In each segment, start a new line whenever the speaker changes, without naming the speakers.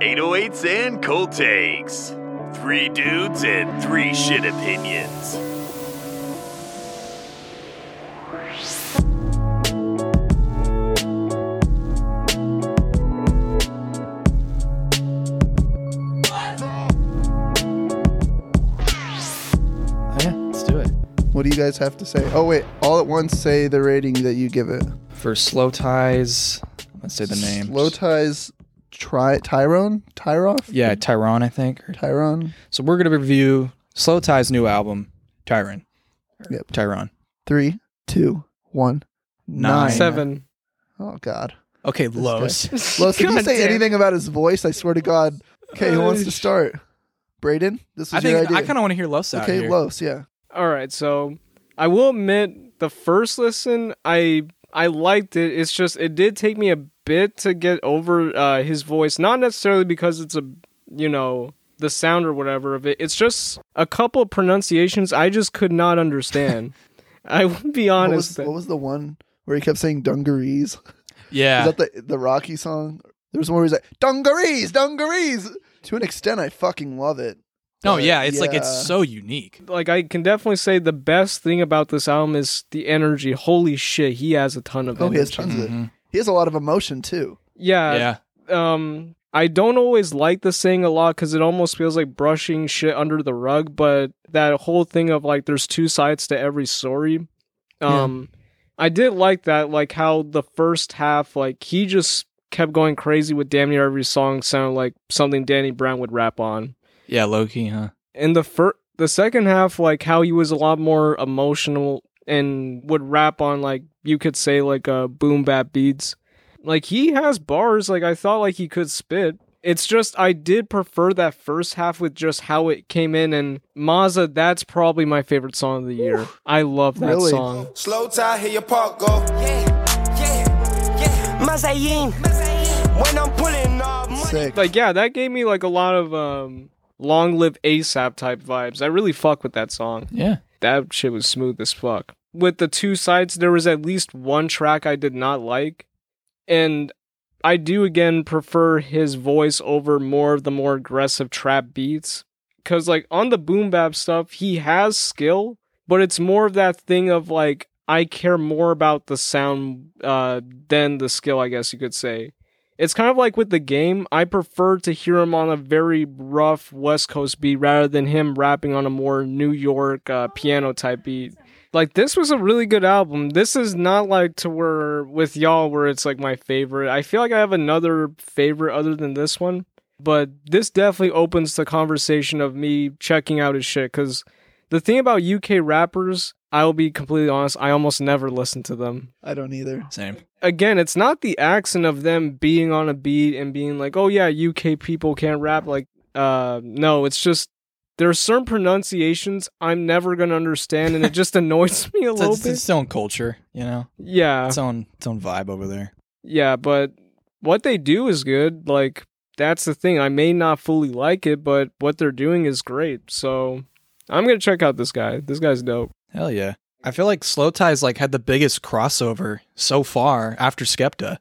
808s and cold takes. Three dudes and three shit opinions.
Oh, yeah, let's do it.
What do you guys have to say? Oh wait, all at once say the rating that you give it.
For slow ties, let's say the name.
Slow ties try Tyrone? Tyroff?
yeah, Tyrone, I think. or-
Tyrone?
So we're gonna review Slow Tie's new album, Tyron. Or
Yep.
Tyrone.
Three, two, one.
Nine.
Seven.
Oh god.
Okay,
Los. Los, did you say anything about his voice? I swear to God. Okay, who wants to start? Braden? This is
I
your
think
idea.
I kind of want to hear Los out
okay,
here.
Los, yeah.
All right, so I will admit the first listen, I I liked it. It's just it did take me a bit to get over uh, his voice, not necessarily because it's a you know the sound or whatever of it. It's just a couple pronunciations I just could not understand. I would be
What was,
honest.
what was the one where he kept saying dungarees?
Yeah.
Is that the the Rocky song? There's one where he's like, Dungarees, dungarees. To an extent I fucking love it.
no,
but
yeah. It's like
yeah.
it's so unique.
like I can definitely say the best thing about this album is the energy. Holy shit, he has a ton of
Oh,
energy.
he has tons of it.
Mhm.
He has a lot of emotion too. Uh,
yeah,
yeah.
um I don't always like the saying a lot because it almost feels like brushing shit under the rug, but that whole thing of like there's two sides to every story. Um I did like that, like how the first half, like he just kept going crazy with damn near every song sounded like something Danny Brown would rap on.
Yeah. Low key, huh?
And the fir- the second half, like how he was a lot more emotional and would rap on like you could say like uh boom bap beats. Like he has bars, like I thought like he could spit. It's just I did prefer that first half with just how it came in and Mazza, that's probably my favorite song of the year. I love that
Really?
song.
Slow tie, hear your park go.
Mazayin.
When I'm pulling up,
Sick.
Like yeah, that gave me like a lot of um long live ASAP type vibes. I really fuck with that song.
Yeah.
that shit was smooth as fuck. With the two sides, there was at least one track I did not like, and I do again prefer his voice over more of the more aggressive trap beats. Cause like on the boom bap stuff, he has skill, but it's more of that thing of like I care more about the sound uh, than the skill, I guess you could say. It's kind of like with the game. I prefer to hear him on a very rough West Coast beat rather than him rapping on a more New York uh, piano type beat. Like this was a really good album. This is not like to where with y'all where it's like my favorite. I feel like I have another favorite other than this one, but this definitely opens the conversation of me checking out his shit because the thing about UK rappers, I will be completely honest, I almost never listen to them
I don't either.
Same.
again, it's not the accent of them being on a beat and being like, "Oh yeah, UK people can't rap." Like, uh, no, it's just there are certain pronunciations I'm never gonna understand, and it just annoys me a
It's,
little
it's
bit.
its own culture, you know.
Yeah,
Uh,
Its own its own vibe over there.
yeah, but what they do is good. Like, that's the thing. I may not fully like it, but what they're doing is great. So. I'm gonna check out this guy. This guy's dope.
Hell yeah. I feel like Slow Ties like had the biggest crossover so far after Skepta.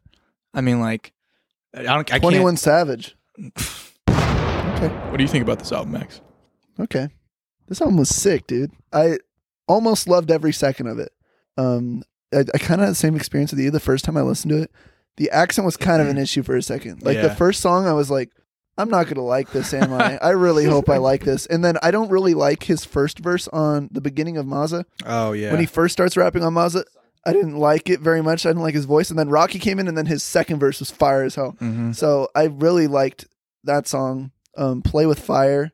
I mean, like, I don't. I
Twenty
can't.
one Savage.
What do you think about this album, Max?
Okay. This album was sick, dude. I almost loved every second of it. Um I, I kinda had the same experience with you the first time I listened to it. The accent was kind of an issue for a second. Like the
Mm-hmm. Yeah.
first song I was like, I'm not gonna like this, am I? I really hope I like this. And then I don't really like his first verse on the beginning of Mazza.
Oh yeah.
When he first starts rapping on Mazza, I didn't like it very much. I didn't like his voice. And then Rocky came in and then his second verse was fire as hell.
Mhm.
So I really liked that song, um, "Play with Fire."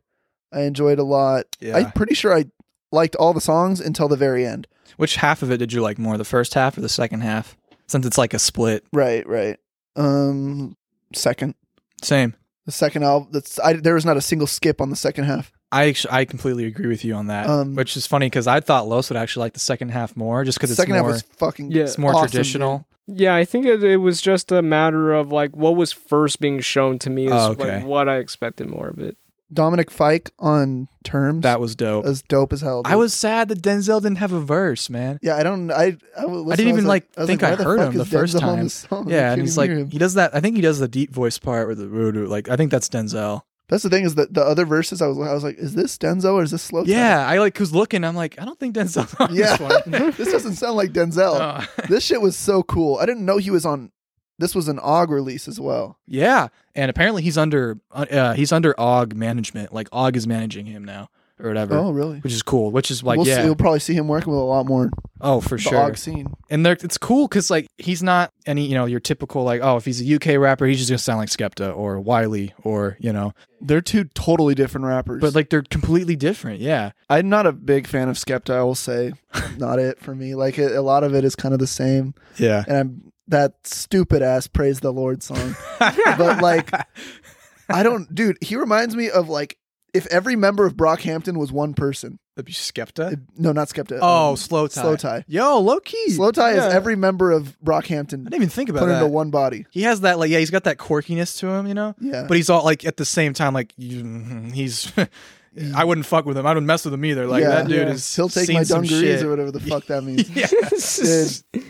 I enjoyed a lot.
Yeah.
I'm pretty sure I liked all the songs until the very end.
Which half of it did you like more, the first half or the second half? Since it's like a split.
Right, right. Um, second,
Same.
the second album. That's I. There was not a single skip on the second half.
I actu- I completely agree with you on that,
Um,
which is funny because I thought Los would actually like the second half more, just because
The
it's
second
more
half was fucking
Yeah.
it's more
awesome,
traditional.
Yeah, I think it, it was just a matter of like what was first being shown to me is
Oh, okay.
like what I expected more of it.
Dominic Fike on terms.
That was dope.
was dope as hell. dude.
I was sad that Denzel didn't have a verse, man.
Yeah, I don't. I I, was listening,
didn't even,
was
like,
I was
think
like,
I
why
heard
fuck
him the
is
first
Denzel on
time.
this song? I
Yeah,
can't
and he's
even
like,
hear him.
he does that. I think he does the deep voice part with the voodoo. Like, I think that's Denzel.
That's the thing is that the other verses I was I was like, is this Denzel or is this slow?
Yeah, I like was looking. I'm like, I don't think Denzel's on
Yeah.
this one.
this doesn't sound like Denzel.
Uh,
This shit was so cool. I didn't know he was on. This was an OG release as well.
yeah, and apparently he's under uh, he's under Og management. Like Og is managing him now or whatever,
Oh, really?
which is cool. Which is like,
we'll
yeah,
see, we'll probably see him working with a lot more
oh for
the
sure.
OG scene.
and they're, it's cool because like he's not any you know your typical like oh if he's a UK rapper he's just gonna sound like Skepta or Wiley or you know
They're two totally different rappers.
but like they're completely different yeah
I'm not a big fan of Skepta. I will say, not it for me. Like it, a lot of it is kind of the same,
yeah
and I'm that stupid ass praise the Lord song. But, like, I don't, dude. He reminds me of like if every member of Brockhampton was one person.
That'd be Skepta
No, not Skepta.
oh
um,
slow tie
Slow Tie.
yo low key
Slow Tie
Yeah.
is every member of
I
Brockhampton
didn't even think about
put into
that
one body.
he has that like yeah he's got that quirkiness to him you know
Yeah,
but he's all like at the same time like you, he's I wouldn't fuck with him I wouldn't mess with him either like
Yeah.
that dude
Yeah.
is
he'll take
seen
my
some
dungarees
shit.
or whatever the fuck that means.
yeah
Dude,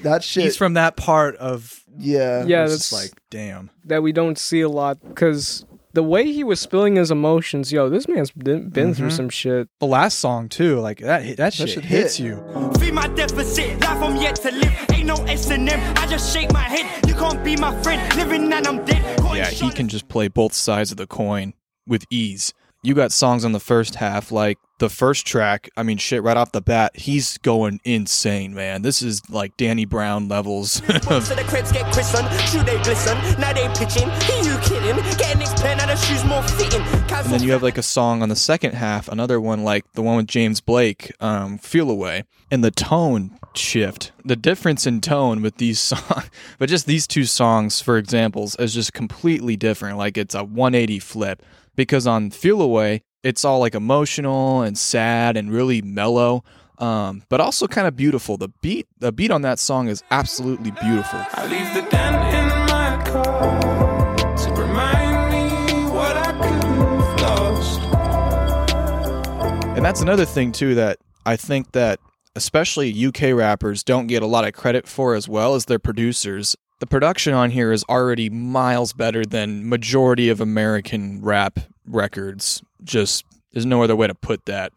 that shit.
he's from that part of
yeah.
Yeah,
it's just
that's-
like damn
that we don't see a lot because the way he was spilling his emotions, yo, this man's been, been through
Mhm.
some shit.
the last song too. Like that, hit- that, shit,
shit
hits
hit.
you.
Feed my deficit, life I'm yet to live. Ain't no S and M. I just shake my head. You can't be my friend. Living and I'm dead. Caught in
Yeah, he
short-
can just play both sides of the coin with ease. You got songs on the first half, like the first track. I mean, shit, right off the bat, he's going insane, man. This is like Danny Brown levels.
So the crepes get christened, shoe they glisten, now they pitching. He you kidding? Getting next plan out of shoes more fitting.
and then you have like a song on the second half, another one like the one with James Blake, um, "Feel Away," and the tone shift, the difference in tone with these songs, but just these two songs, for examples, is just completely different. Like it's a 180 flip because on "Feel Away," it's all like emotional and sad and really mellow. Um, but also kind of beautiful. The beat, the beat on that song is absolutely beautiful.
I leave the dent in my car to remind me what I could have lost.
And that's another thing too that I think that especially UK rappers don't get a lot of credit for as well as their producers. The production on here is already miles better than majority of American rap records. Just there's no other way to put that.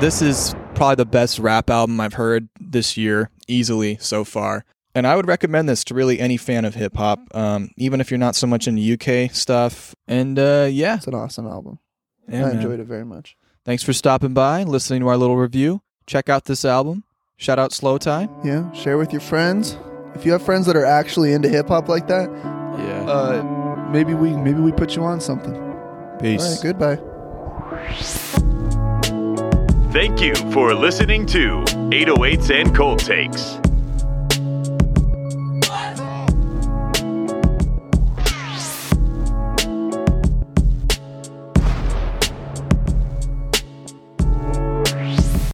This is probably the best rap album I've heard this year, easily so far. And I would recommend this to really any fan of hip hop, um, even if you're not so much into UK stuff. And uh, yeah,
It's an awesome album.
yeah
I
man.
enjoyed it very much.
Thanks for stopping by and listening to our little review. Check out this album. Shout out Slow Tie.
Yeah. Share with your friends. If you have friends that are actually into hip hop like that,
Yeah.
uh, maybe we maybe we put you on something.
Peace.
All right. Goodbye.
Thank you for listening to 808s and Cold Takes.